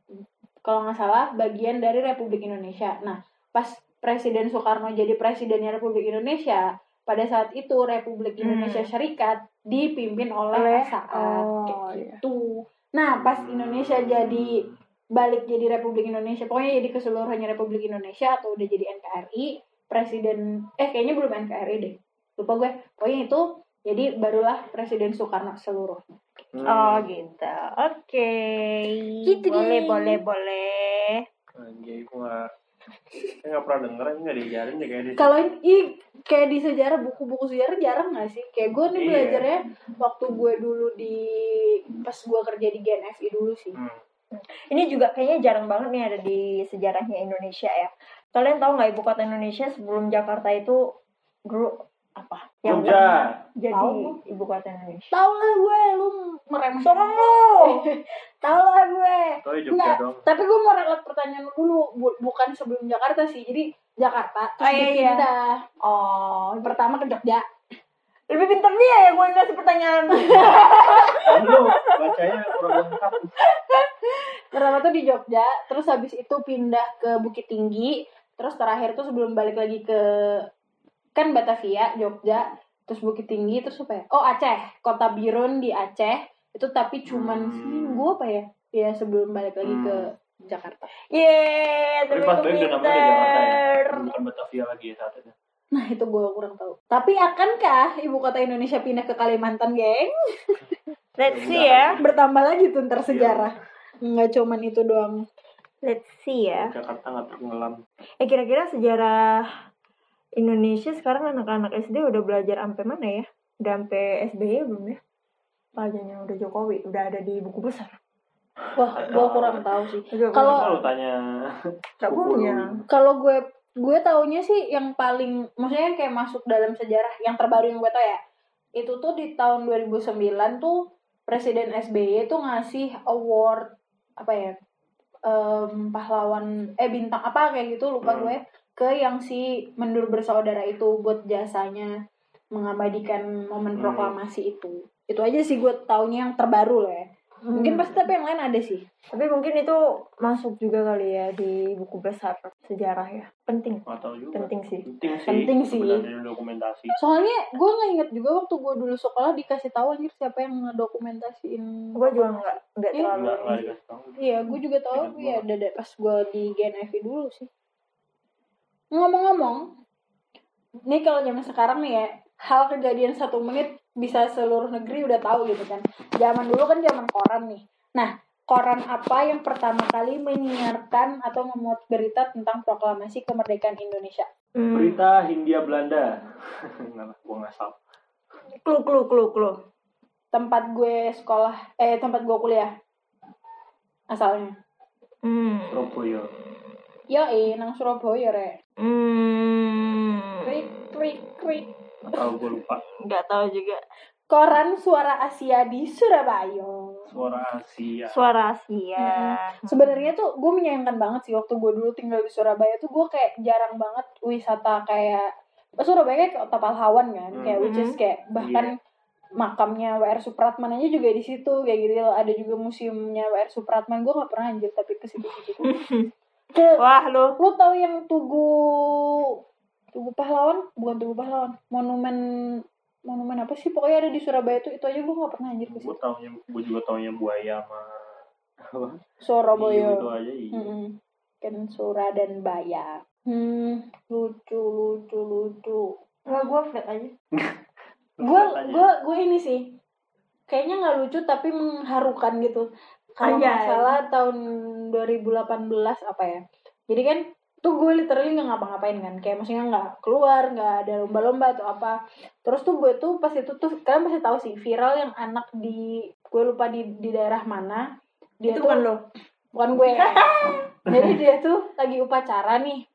kalau nggak salah bagian dari Republik Indonesia. Nah pas Presiden Soekarno jadi presidennya Republik Indonesia pada saat itu Republik Indonesia Serikat dipimpin oleh
Hmm. Oleh-
saat kayak
oh, iya.
gitu. Nah pas
Hmm.
Indonesia jadi balik jadi Republik Indonesia pokoknya jadi keseluruhannya Republik Indonesia atau udah jadi NKRI presiden eh kayaknya belum NKRI deh lupa gue pokoknya itu jadi barulah Presiden Soekarno seluruh
Hmm.
Oh gitu. Oke.
Gitu
boleh,
deh.
boleh, boleh.
Anjay, gue nggak saya nggak pernah denger ini nggak diajarin deh kayak di
kalau i kayak di sejarah buku-buku sejarah jarang nggak sih kayak gue nih
Iya.
belajarnya waktu gue dulu di pas gue kerja di GNFI dulu sih
Hmm.
Ini juga kayaknya jarang banget nih ada di sejarahnya Indonesia ya. Kalian tahu nggak ibu kota Indonesia sebelum Jakarta itu dulu apa?
Hmm. Jogja.
jadi
Tahu gua.
ibu kota Indonesia.
tau lah gue lu merem
Songong lu.
tau lah gue
Tahu ya Jogja
Enggak,
dong.
tapi gue mau relat pertanyaan lu dulu Bu- bukan sebelum Jakarta sih jadi Jakarta terus
Oh, iya, iya.
dipindah.
Oh,
pertama ke Jogja
lebih pintar dia ya gue ngasih pertanyaan.
Dan lu bacanya kurang lengkap.
pertama tuh di Jogja terus habis itu pindah ke Bukit Tinggi terus terakhir tuh sebelum balik lagi ke kan Batavia Jogja terus Bukit Tinggi terus apa ya oh Aceh kota Birun di Aceh itu tapi cuman
Hmm.
seminggu apa ya ya sebelum balik lagi ke Jakarta
Yeay,
Tapi
tapi
pas
itu
itu udah namanya Jakarta ya.
pinter.
Bukan Batavia lagi ya saat itu.
nah itu gue kurang tahu tapi akankah ibu kota Indonesia pindah ke Kalimantan geng
Let's see ya.
bertambah lagi
Iya.
tuh ntar sejarah nggak cuman itu doang
Let's see ya.
Iya, Jakarta nggak tenggelam.
Eh kira-kira sejarah Indonesia sekarang anak-anak SD udah belajar sampai mana ya? Udah sampai SBY belum ya? Pelajarnya udah Jokowi, udah ada di buku besar.
wah gue kurang tahu sih
Udah
Kalau-
Kalau tanya
nggak punya.
kalau gue gue taunya sih yang paling maksudnya kayak masuk dalam sejarah yang terbaru yang gue tau ya itu tuh di tahun 2009 tuh presiden SBY tuh ngasih award apa ya em, pahlawan eh bintang apa kayak gitu lupa
Hmm.
gue ke yang si mendur bersaudara itu buat jasanya mengabadikan momen
Hmm.
proklamasi itu itu aja sih gue taunya yang terbaru loh ya mungkin
Hmm.
pasti tapi yang lain ada sih
Tapi mungkin itu masuk juga kali ya di buku besar sejarah ya. Penting,
nggak tahu juga.
penting sih.
Penting sih.
Penting sih.
Sebenarnya dokumentasi.
Soalnya gue nggak inget juga waktu gue dulu sekolah dikasih tahu anjir siapa yang ngedokumentasiin.
Gue Oh, juga nggak nggak
Iya.
terlalu.
Enggak lah dikasih tahu.
Iya, gue juga tahu
Ingat
ya dada pas gue di Gen FI dulu sih. Ngomong-ngomong, nih kalau zaman sekarang nih ya, hal kejadian satu menit bisa seluruh negeri udah tahu gitu kan. Zaman dulu kan zaman koran nih. Nah, koran apa yang pertama kali menyiarkan atau memuat berita tentang proklamasi kemerdekaan Indonesia?
Hmm.
Berita Hindia Belanda. Enggak lah, gua ngasal.
Clue, clue, clue, clue.
Tempat gue sekolah, eh tempat gue kuliah. Asalnya.
Hmm.
Surabaya.
Yoi, nang Surabaya rek.
Hmm.
Krik krik krik.
Atau gua lupa.
Nggak tahu juga.
Koran Suara Asia di Surabaya.
Suara
Ya.
Asia.
Suara Asia.
Sebenarnya tuh gue menyayangkan banget sih waktu gue dulu tinggal di Surabaya tuh gue kayak jarang banget wisata kayak Surabaya kayak kota pahlawan kan,
Hmm.
kayak which is kayak bahkan makamnya WR Supratman aja juga di situ kayak gitu loh. Ada juga museumnya WR Supratman. Gue nggak pernah anjir tapi ke situ-situ. Ke
Wah lo.
lu tahu yang tugu tugu pahlawan bukan tugu pahlawan monumen monumen apa sih pokoknya ada di Surabaya itu itu aja gue nggak pernah anjir ke
Gua
situ
taunya gua juga taunya buaya sama apa? Iyo Itu
Surabaya
aja iya.
Mm-mm. kan Sura dan Baya hmm lucu lucu lucu
Nggak gue flat aja.
gue
Tanya.
gue gue ini sih kayaknya nggak lucu tapi mengharukan gitu kalau nggak
Anjay.
salah tahun 2018 apa ya jadi kan tuh gue literally nggak ngapa-ngapain kan kayak maksudnya nggak keluar nggak ada lomba-lomba atau apa terus tuh gue tuh pas itu tuh kalian pasti tahu sih viral yang anak di gue lupa di di daerah mana dia
itu
tuh
bukan lo
bukan gue jadi dia tuh lagi upacara nih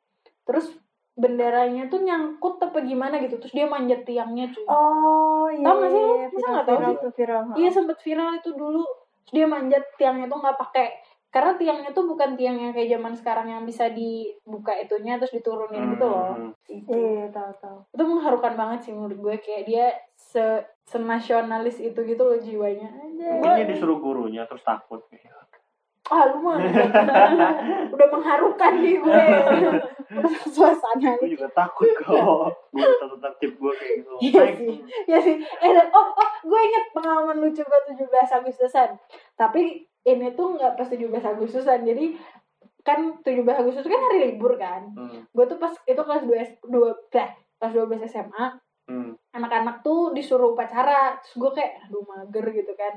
terus benderanya tuh nyangkut apa gimana gitu terus dia manjat tiangnya cuy
oh iya
Tau nggak sih lu?
iya,
Masa
viral,
nggak tahu
viral
sih?
tuh, viral ha.
Iya sempet viral itu dulu. Terus dia manjat tiangnya tuh nggak pakai karena tiangnya tuh bukan tiang yang kayak zaman sekarang yang bisa dibuka itunya terus diturunin gitu loh.
Hmm.
Itu,
iya tahu tahu
itu mengharukan banget sih menurut gue kayak dia se senasionalis itu gitu loh jiwanya.
Mungkin dia
Aja.
disuruh gurunya terus takut.
Ah lu mah udah mengharukan nih gue. Suasana.
Gue juga takut kok. Gue tetap tertib gue kayak gitu.
Iya
Naik.
sih. ya sih eh dan- oh oh gue inget pengalaman lucu gue 17 Agustusan tapi ini tuh nggak pas 17 Agustusan jadi kan 17 Agustus kan hari libur kan
Hmm.
gue tuh pas itu kelas 2 S- 2 belas kelas 12 SMA
Hmm.
anak-anak tuh disuruh upacara terus gue kayak aduh mager gitu kan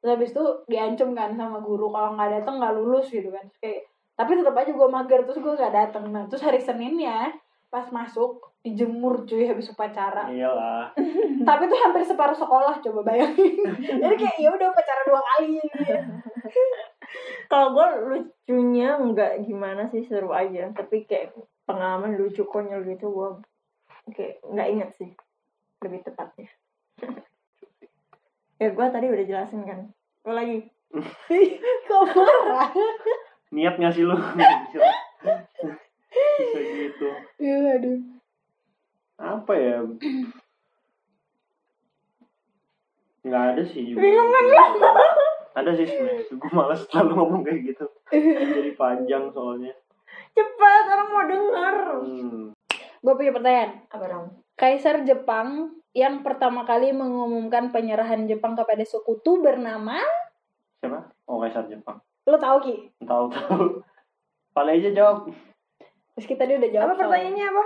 terus habis itu diancam kan sama guru kalau nggak datang nggak lulus gitu kan terus kayak tapi tetap aja gue mager terus gue nggak datang nah terus hari Senin ya pas masuk dijemur cuy habis upacara
Iyalah.
tapi tuh hampir separuh sekolah coba bayangin jadi kayak ya udah pacaran dua kali
kalau gue lucunya nggak gimana sih seru aja tapi kayak pengalaman lucu konyol gitu gue kayak nggak inget sih lebih tepatnya ya gue tadi udah jelasin kan lo lagi
kok marah
Niat nggak sih lu? Bisa gitu.
iya aduh
Apa ya? Nggak ada sih juga.
bingung kan lo
Ada sih sebenarnya. Gue malas selalu ngomong kayak gitu. Jadi panjang soalnya.
cepat orang mau denger
Hmm.
gue punya pertanyaan
apa dong
kaisar Jepang yang pertama kali mengumumkan penyerahan Jepang kepada sekutu bernama
Siapa? Oh Kaisar Jepang.
lo tau ki
Tahu-tahu. Paling aja jawab.
terus kita dia udah jawab
apa
soalnya.
pertanyaannya apa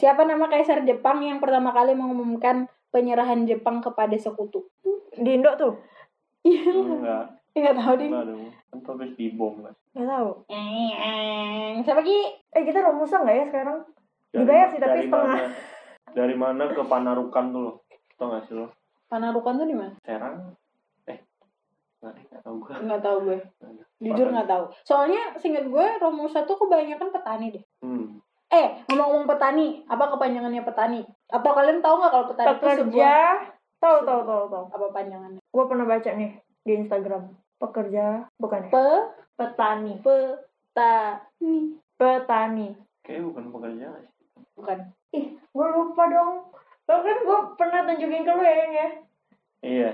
siapa nama kaisar Jepang yang pertama kali mengumumkan penyerahan Jepang kepada sekutu
di Indo tuh
iya
Enggak.
nggak tahu deh
Enggak dong. Kan tuh habis dibom kan.
nggak tahu
siapa ki
eh kita rumusan nggak ya sekarang
Dari-
Dibayar sih, tapi
dari
setengah.
Mana, dari mana ke Panarukan tuh lo? Tau gak sih lo?
Panarukan tuh di mana
Serang? Eh, nggak deh, nggak tau gue.
nggak tahu gue jujur nggak tahu soalnya singkat gue Romusa tuh kebanyakan petani deh
Hmm.
eh ngomong-ngomong petani apa kepanjangannya petani atau kalian tahu nggak kalau petani itu
pekerja
sebuah
tahu tahu tahu tahu
apa panjangannya
gue pernah baca nih di Instagram pekerja bukan ya
pe
petani
petani
petani
Kayaknya bukan pekerja nggak sih.
bukan
ih gue lupa dong Lo kan gue pernah tunjukin ke lu ya yang ya
Iya,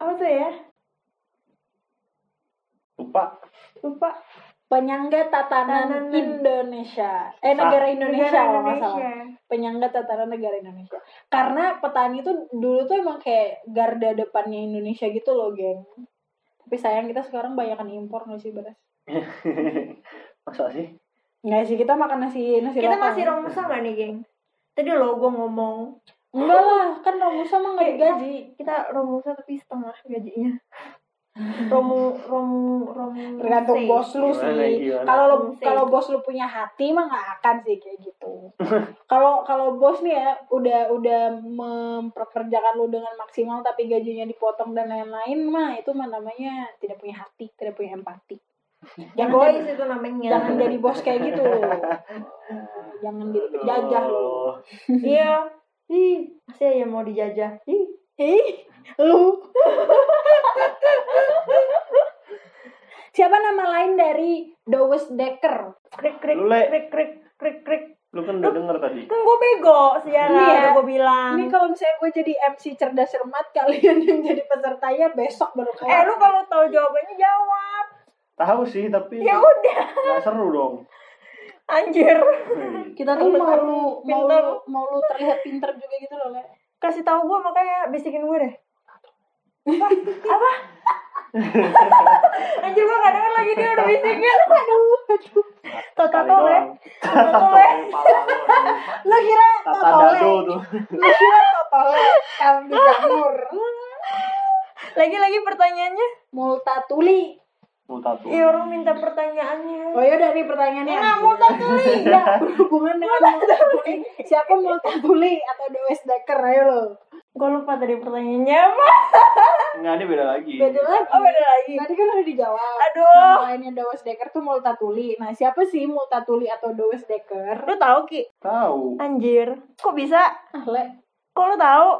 apa tuh ya
lupa.
lupa
penyangga tatanan
Tatanan.
Indonesia eh negara Indonesia
Negara
kalau nggak salah penyangga tatanan negara Indonesia karena petani tuh dulu tuh emang kayak garda depannya Indonesia gitu loh geng tapi sayang kita sekarang banyakan impor nggak sih beras
Masa sih?
nggak sih kita makan nasi nasi
kita
lokal.
masih romusa nggak nih geng tadi lo gue ngomong
Enggak lah, kan Romusa mah nggak
Eh,
digaji.
kita romusa tapi setengah gajinya romu romu romu
Tergantung bos lu
Gimana,
sih.
gimana?
Kalau lu
Romusei.
kalau bos lu punya hati mah nggak akan sih kayak gitu. Kalau kalau bos nih ya udah udah memperkerjakan lu dengan maksimal tapi gajinya dipotong dan lain-lain mah itu mah namanya tidak punya hati, tidak punya empati.
ya
Jangan
boys
jadi,
itu namanya
jangan jadi bos kayak gitu. jangan jadi penjajah lu.
Aduh.
iya ih masih aja mau dijajah ih
Hei, lu. Siapa nama lain dari Dawes Decker?
krik krik
Lu, Le.
krik krik krik krik
Lu kan udah denger tadi.
kan gue bego siaran
Iya.
udah gue bilang
Ini kalau misalnya gue jadi MC cerdas cermat, kalian yang jadi pesertanya besok baru kelar.
eh lu kalau tahu jawabannya jawab
Tahu sih, tapi
ya udah
nggak seru dong.
anjir
kita tuh mau lu mau
Pinter.
lu mau lu terlihat pinter juga gitu loh, Le.
kasih tahu gue makanya bisikin gue deh apa apa anjir gue gak denger lagi dia udah bisikin aduh tau tau
Kali
tau Le.
doang.
tau tau Le.
Tolong, pala lu.
Lu kira
Tata
totole?
dado tuh.
Lu kira totole? Kamu dijamur.
lagi lagi pertanyaannya
Multatuli.
mau tato
Iya orang minta pertanyaannya.
Oh ya udah nih pertanyaannya.
Nggak mau tato li.
Ya, berhubungan dengan mau tato li. Siapa mau tato li atau The West Decker ayo lo.
Gue lupa tadi pertanyaannya apa.
nggak ada beda lagi
Beda lagi.
Oh beda lagi.
Tadi kan udah dijawab.
Aduh.
Nama lainnya The West Decker tuh Multatuli. Nah, siapa sih Multatuli atau The West Decker?
Lu tahu ki?
tahu
Anjir. Kok bisa?
Ah, Le.
Kok lu tahu?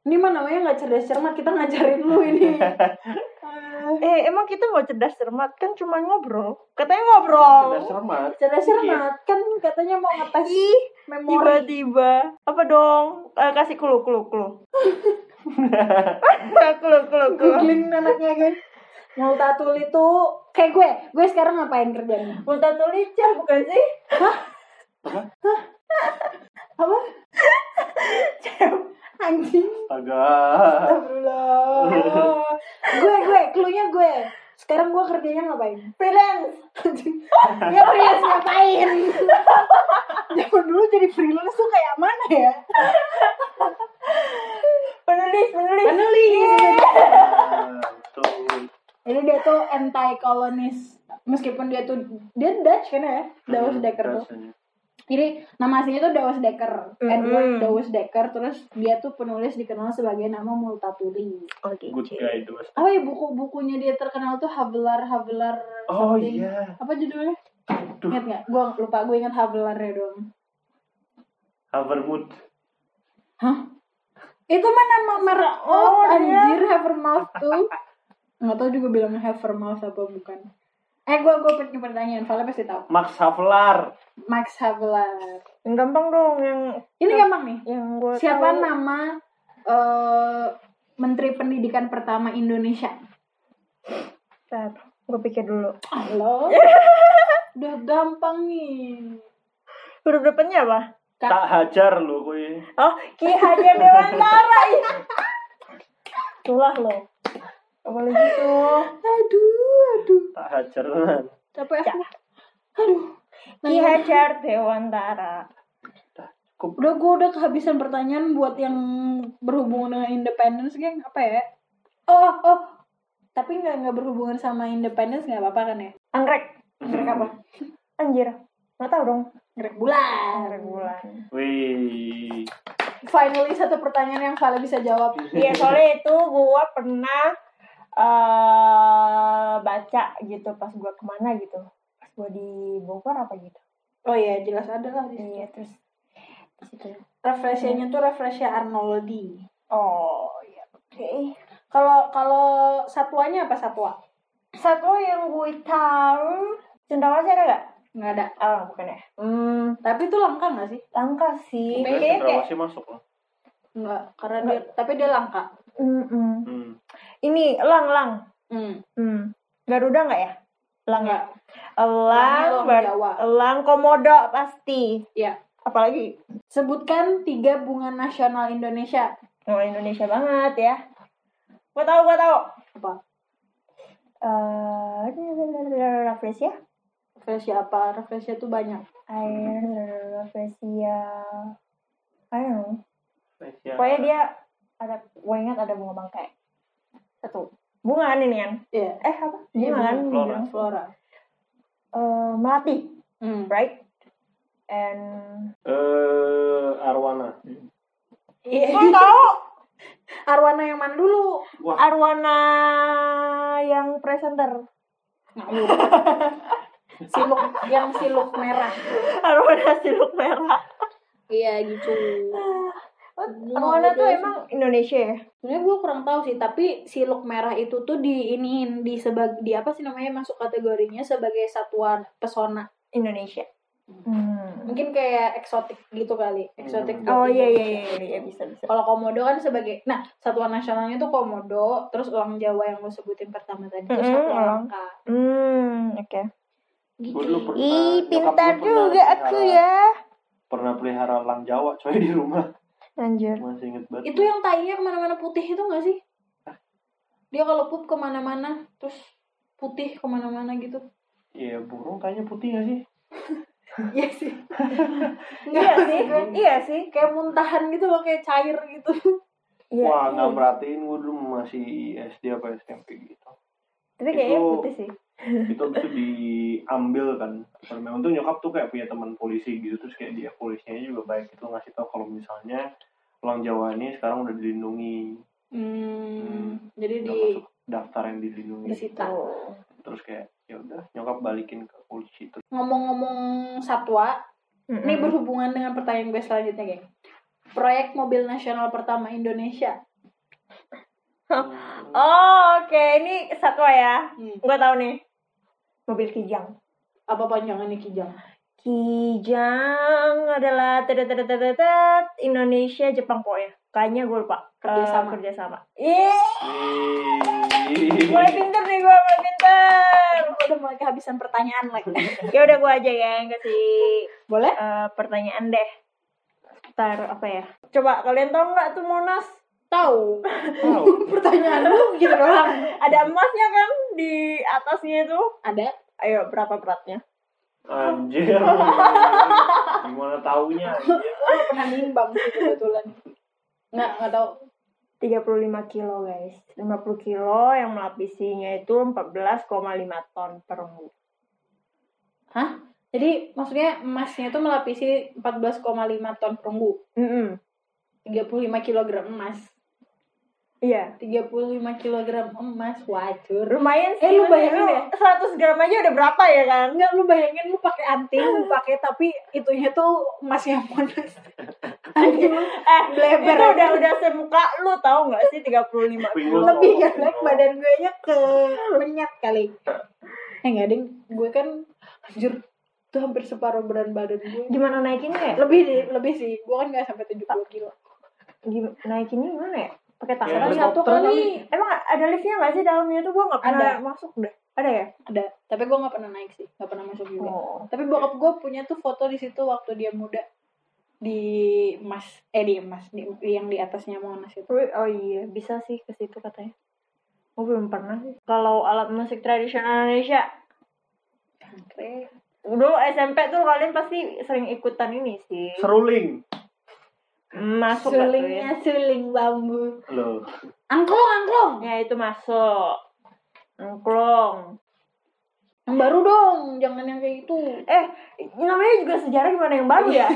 Ini mah namanya nggak cerdas cermat, kita ngajarin lu ini.
Eh emang kita mau cerdas cermat kan cuma ngobrol. Katanya ngobrol.
sudah cermat
cerdas cermat kan katanya mau ngetes
Iya. Ih,
memori.
tiba-tiba apa dong? Eh, kasih clue clue clue. clue clue clue.
Googling anaknya kan. Multatuli tuh kayak gue, gue sekarang ngapain kerjanya?
Multatuli cer bukan sih?
Apa? Anjing.
astaga
Astagfirullah. gue gue klunya gue. Sekarang gue kerjanya ngapain?
Freelance.
ya freelance ngapain? Zaman dulu jadi freelance tuh kayak mana ya?
Penulis penulis.
Penulis.
Nah, betul
Ini dia tuh anti kolonis. Meskipun dia tuh dia Dutch kan ya, Daus
Hmm,
Decker tuh.
Rasanya.
Jadi nama aslinya tuh Daus Decker,
Mm-mm.
Edward Daus Decker. Terus dia tuh penulis dikenal sebagai nama Multatuli.
Oke.
good guy the West
Apa ya buku-bukunya dia terkenal tuh Havelar Havelar.
oh
something.
iya
Apa judulnya?
Aduh.
Ingat nggak? Gue lupa gue ingat Havelarnya doang.
Havermut
Hah? Itu mah nama merek oh,
Oh, iya.
anjir Havermouth tuh. Nggak tahu juga bilangnya Havermouth apa bukan. Eh, gue gue punya pertanyaan, Vale pasti tahu.
Max Havelaar
Max Havelaar.
Yang gampang dong yang
Ini gampang nih.
yang gua
Siapa
tahu.
nama eh, Menteri Pendidikan pertama Indonesia?
Bentar, gua pikir dulu.
Halo. Udah gampang nih.
Huruf depannya apa?
tak hajar lu kuy
Oh, Ki Hajar Dewantara. ih. Itulah lo. Apalagi tuh.
Aduh, aduh.
tak hajar man.
Capek
Ya.
aku. Nah, Aduh. Iya.
Ki Hajar Dewantara.
Udah gue udah kehabisan pertanyaan buat yang berhubungan dengan independence geng apa ya? Oh oh tapi nggak nggak berhubungan sama independence nggak apa-apa kan ya?
Anggrek.
Ngerek apa?
Anjir. Nggak tahu dong.
Ngerek bulan.
Anggrek bulan.
Wih,
Finally satu pertanyaan yang Vale bisa jawab.
Iya, soalnya itu gua pernah eh baca gitu pas gua kemana gitu. Pas gua di Bogor apa gitu.
Oh iya jelas ada lah di sini.
Iya, terus di situ.
Refreshnya tuh refreshnya Arnoldi.
Oh, iya. Oke.
Kalau kalau satuannya apa satwa?
Satu yang gue tahu, cendrawasih ada nggak?
Nggak ada.
Ah, bukan ya. Hmm,
Tapi itu langka nggak sih?
langka sih.
Sebenarnya
Kayaknya kayak,
cendrawasih masuk loh.
Nggak. Karena dia tapi dia langka.
Mm-mm.
Hmm.
ini elang elang.
Hmm.
Hmm. Garuda nggak ya? Elang ya.
Nggak.
Elang,
Elang
ber-
Iya. Jawa.
elang komodo pasti.
Iya.
Apalagi
Sebutkan tiga bunga nasional Indonesia.
orang Indonesia banget ya. Gua tahu, gua tahu.
Apa?
Eh, Rafflesia,
Rafflesia apa? Rafflesia tuh banyak.
air, Rafflesia, I don't know.
Spesial.
Pokoknya dia ada, gue ingat ada bunga bangkai. Satu. Bunga kan ini kan?
Iya.
Eh apa?
Iya,
Bunga kan?
bunga.
bilang.
Flora.
Eh, melati,
Hmm.
right? And
Eh, Arwana.
Iya.
gue tahu
Arwana yang mana dulu?
Wah,
Arwana yang presenter.
Ngawur. siluk yang siluk merah.
Arwana siluk merah.
Iya gitu.
Ah. Arwana tuh emang Indonesia ya?
Sebenarnya gue kurang tahu sih, tapi siluk merah itu tuh di iniin di sebag di apa sih namanya masuk kategorinya sebagai satuan pesona.
Indonesia. Hmm.
Mungkin kayak eksotik gitu kali. Eksotik.
Hmm.
buat
Oh iya iya
Indonesia.
iya iya, iya bisa bisa.
Kalau komodo kan sebagai nah satuan nasionalnya tuh komodo, terus uang Jawa yang lo sebutin pertama tadi terus
Mm-mm,
satuan
elang.
langka.
Hmm, oke.
Gitu.
gue dulu pernah.
Ih,
nyokap
pintar
gue pernah
juga aku
pelihara-
ya.
Pernah pelihara lang Jawa coy di rumah.
Anjir.
Masih inget banget.
Itu yang tainya kemana-mana putih itu gak sih? Dia kalau pup kemana-mana, terus putih kemana-mana gitu.
Iya, burung kayaknya putih gak sih?
Iya sih.
Iya sih. Iya sih.
Kayak muntahan gitu loh, kayak cair gitu.
Iya.
Wah, nggak
iya.
merhatiin gue dulu masih SD apa SMP gitu.
Tapi kayaknya
Itu-
putih sih.
itu habis itu diambil kan Karena memang tuh nyokap tuh kayak punya teman polisi gitu terus kayak dia polisinya juga baik itu ngasih tau kalau misalnya Pulang Jawa ini sekarang udah dilindungi
Hmm, jadi
udah
di
masuk daftar yang dilindungi
disita.
terus kayak ya udah nyokap balikin ke polisi terus
Ngomong-ngomong satwa, ini
Mm-mm.
berhubungan dengan pertanyaan gue selanjutnya, geng. Proyek mobil nasional pertama Indonesia.
Oh, oke. Ini satwa ya.
Hmm.
Gue tahu nih. Mobil kijang.
Apa panjangannya Kijang?
Kijang adalah tetetetetetet Indonesia Jepang pokoknya. Kayaknya gue lupa.
Kerjasama.
Eh, kerjasama. Yeay! Mulai
Yeay.
pinter nih gue, mulai pinter.
Udah mulai kehabisan pertanyaan lagi.
ya udah gue aja ya kasih
Boleh?
eh, pertanyaan deh. Ntar apa ya? Coba kalian tahu nggak tuh Monas?
Tahu.
Wow.
Pertanyaan lu gitu doang.
Ah, Ada emasnya kan di atasnya itu.
Ada
Ayo berapa beratnya?
Anjir. Gimana taunya? anjir.
Gue pernah nimbang sih kebetulan. Nggak, nggak tahu.
35 kilo guys 50 kilo yang melapisinya itu 14,5 ton per minggu
Hah? Jadi maksudnya emasnya itu melapisi 14,5 ton perunggu. 35 kilogram emas.
Iya
35 kilogram emas, wajur.
Lumayan sih
Eh, lu
Mas.
bayangin ya?
100 gram aja udah berapa ya kan
Enggak, lu bayangin lu pakai anting, lu pakai tapi itunya tuh emasnya monas. Anjing lu
Eh
Bleber.
itu udah udah semuka lu tau gak sih 35 kilo
Bingung.
lebih kan like, badan gue nya ke menyet kali. Eh enggak ding, gue kan anjir itu hampir separuh berat badan gue. Eh,
Gimana naikinnya ya?
Lebih di- lebih sih, gue kan gak sampai 70 kilo.
Gim- naikinnya gimana ya? Pakai tangan
Ya,
kali?
satu
helikopter
kali.
Emang ada liftnya gak sih dalamnya tuh? Gue gak pernah
Ada.
masuk deh Ada ya?
Ada, tapi gue gak pernah naik sih, gak pernah masuk juga.
Oh
Tapi bokap gue punya tuh foto di situ waktu dia muda di emas eh di emas di, yang di atasnya Monas itu.
Oh iya bisa sih ke situ katanya Gue belum pernah sih Kalau alat musik tradisional Indonesia
Keren.
Dulu SMP tuh kalian pasti sering ikutan ini sih.
Seruling.
Masuk gak tuh ya?
Sulingnya suling bambu.
Loh.
Angklung, angklung.
Ya itu masuk. Angklung.
Yang baru dong, jangan yang kayak gitu. itu.
Eh, namanya juga sejarah gimana yang baru ya?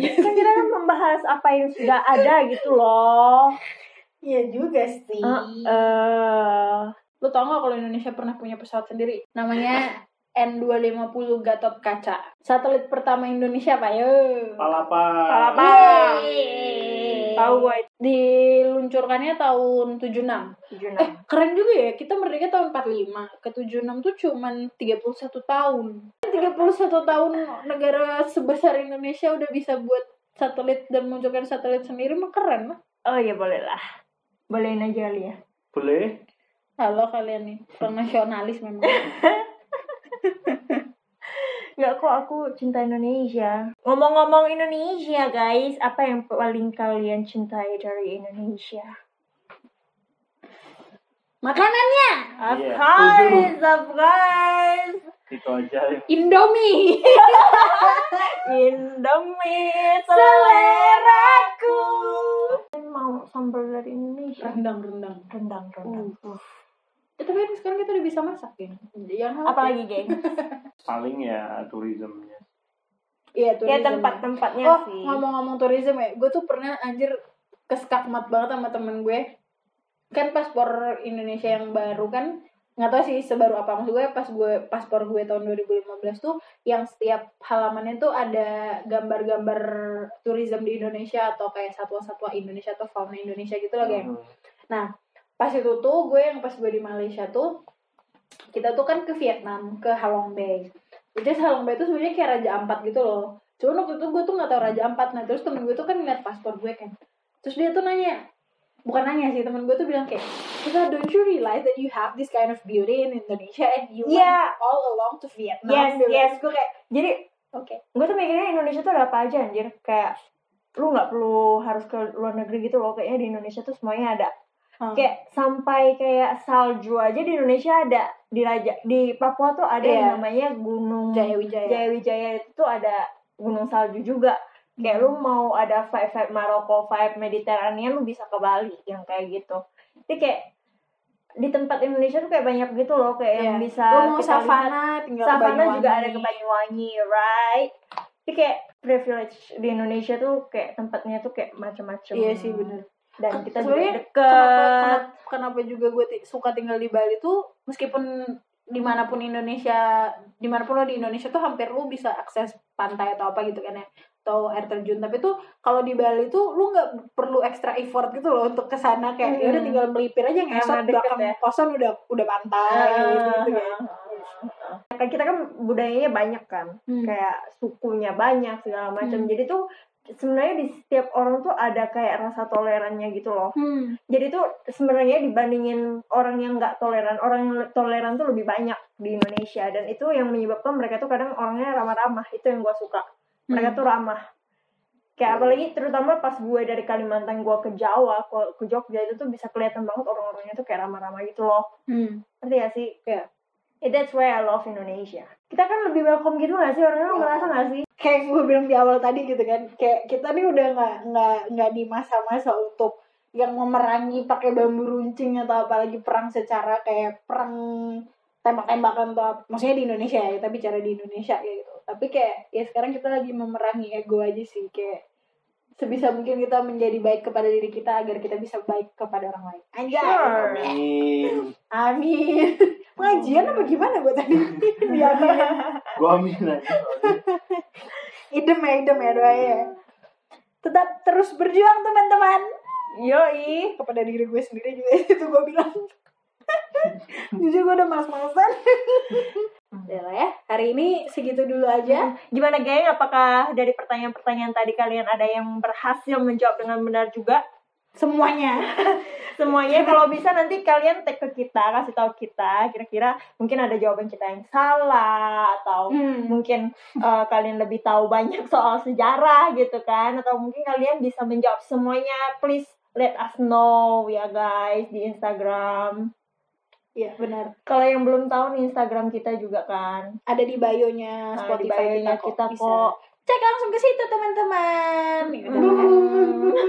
kan kita kan membahas apa yang sudah ada gitu loh.
Iya juga sih.
Eh, eh,
Lu tau gak kalau Indonesia pernah punya pesawat sendiri? Namanya N250 Gatot Kaca. Satelit pertama Indonesia, Pak. Yo.
Palapa.
Palapa.
Yeay.
tahu gue itu.
Diluncurkannya tahun 76.
Juna.
Eh, keren juga ya. Kita merdeka tahun 45. Ke 76 tuh cuman 31 tahun. 31 tahun negara sebesar Indonesia udah bisa buat satelit dan munculkan satelit sendiri mah keren lah.
Oh iya boleh lah. Bolehin aja kali ya.
Boleh?
Halo kalian nih, orang nasionalis memang.
Gak kok aku cinta Indonesia. Ngomong-ngomong Indonesia guys, apa yang paling kalian cintai dari Indonesia?
Makanannya
Of
Iya,
course, of course.
Itu aja yang
Indomie.
Indomie seleraku. Mau sambal dari Indonesia.
Rendang-rendang.
Rendang, rendang. Uff.
Eh, tapi kan sekarang kita udah bisa masak ya. Jangan
Apalagi, geng?
paling ya tourismnya.
Iya,
ya
tourism.
tempat-tempatnya
Oh,
sih.
ngomong-ngomong tourism ya, gue tuh pernah anjir keskakmat banget sama temen gue. Kan paspor Indonesia yang baru kan, nggak tahu sih sebaru apa. Maksud gue pas gue paspor gue tahun 2015 tuh, yang setiap halamannya tuh ada gambar-gambar tourism di Indonesia atau kayak satwa-satwa Indonesia atau fauna Indonesia gitu loh, geng.
Hmm.
Pas itu tuh gue yang pas gue di Malaysia tuh, kita tuh kan ke Vietnam, ke Halong Bay. Jadi Halong Bay itu sebenarnya kayak Raja Ampat gitu loh. Cuman waktu itu gue tuh gak tau Raja Ampat. Nah terus temen gue tuh kan ngeliat paspor gue kan. Terus dia tuh nanya, bukan nanya sih temen gue tuh bilang kayak, Kita don't you realize that you have this kind of beauty in Indonesia and you
Iya.
went all along to Vietnam?
Yes,
Dia bilang.
yes.
Gue kayak,
Jadi,
oke.
gue tuh mikirnya Indonesia tuh ada apa aja anjir. Kayak lu nggak perlu harus ke luar negeri gitu loh. Kayaknya di Indonesia tuh semuanya ada.
Hmm.
Kayak sampai kayak salju aja di Indonesia ada. Di Raja di Papua tuh ada
Iya.
yang namanya Gunung
Jaya Wijaya.
Jaya Wijaya itu tuh ada gunung salju juga. Kayak lu
Hmm.
mau ada vibe vibe Maroko, vibe Mediterania, lu bisa ke Bali yang kayak gitu. Jadi kayak di tempat Indonesia tuh kayak banyak gitu loh kayak yang
Iya.
bisa
Lo mau
kita lihat.
savana tinggal ke
savana
Banyuwangi.
juga ada ke Banyuwangi right jadi kayak privilege di Indonesia tuh kayak tempatnya tuh kayak macam-macam
Iya sih bener.
dan kita
Sebenarnya
juga
Kenapa,
deket
kenapa, kenapa juga gue ti- suka tinggal di Bali tuh meskipun dimanapun Indonesia dimanapun lo di Indonesia tuh hampir lo bisa akses pantai atau apa gitu kan ya atau air terjun tapi tuh kalau di Bali tuh lu nggak perlu extra effort gitu loh untuk kesana kayak
Hmm.
ya udah tinggal melipir aja ngesot
Karena deket
belakang
ya. Ah,
kosan udah udah pantai gitu, gitu ya.
kan kita kan budayanya banyak kan
Hmm.
kayak sukunya banyak segala macam
Hmm.
jadi tuh sebenarnya di setiap orang tuh ada kayak rasa tolerannya gitu loh
Hmm.
jadi tuh sebenarnya dibandingin orang yang nggak toleran orang yang le- toleran tuh lebih banyak di Indonesia dan itu yang menyebabkan mereka tuh kadang orangnya ramah-ramah itu yang gue suka mereka
Hmm.
tuh ramah kayak apalagi terutama pas gue dari Kalimantan gue ke Jawa ke, ke Jogja itu tuh bisa kelihatan banget orang-orangnya tuh kayak ramah-ramah gitu loh
Hmm.
Ngerti gak sih?
Iya.
Yeah, that's why I love Indonesia. Kita kan lebih welcome gitu gak sih? Orang-orang
Iya.
ngerasa gak sih?
kayak gue bilang di awal tadi gitu kan kayak kita nih udah nggak nggak nggak di masa-masa untuk yang memerangi pakai bambu runcing atau apalagi perang secara kayak perang tembak-tembakan atau apa. maksudnya di Indonesia ya kita bicara di Indonesia kayak gitu tapi kayak ya sekarang kita lagi memerangi ego aja sih kayak sebisa mungkin kita menjadi baik kepada diri kita agar kita bisa baik kepada orang lain anjay
Sure.
Amin.
amin pengajian apa gimana gue tadi ya. di amin
Gua amin aja.
idem ya idem ya doanya ya. tetap terus berjuang teman-teman
Yoi.
kepada diri gue sendiri juga itu gue bilang jujur gue udah males-malesan udah lah ya hari ini segitu dulu aja
Gimana geng? Apakah dari pertanyaan-pertanyaan tadi kalian ada yang berhasil menjawab dengan benar juga?
semuanya
Semuanya kalau bisa nanti kalian tag ke kita, kasih tahu kita kira-kira mungkin ada jawaban kita yang salah atau
Hmm.
mungkin eh, kalian lebih tahu banyak soal sejarah gitu kan atau mungkin kalian bisa menjawab semuanya please let us know ya guys di Instagram
ya benar
Kalau yang belum tahu nih Instagram kita juga kan.
ada di bio-nya
Nah, di
Spotify
bio-nya
kita, kok,
kita
bisa
kok.
cek langsung ke situ teman-teman Ya udah.
Hmm.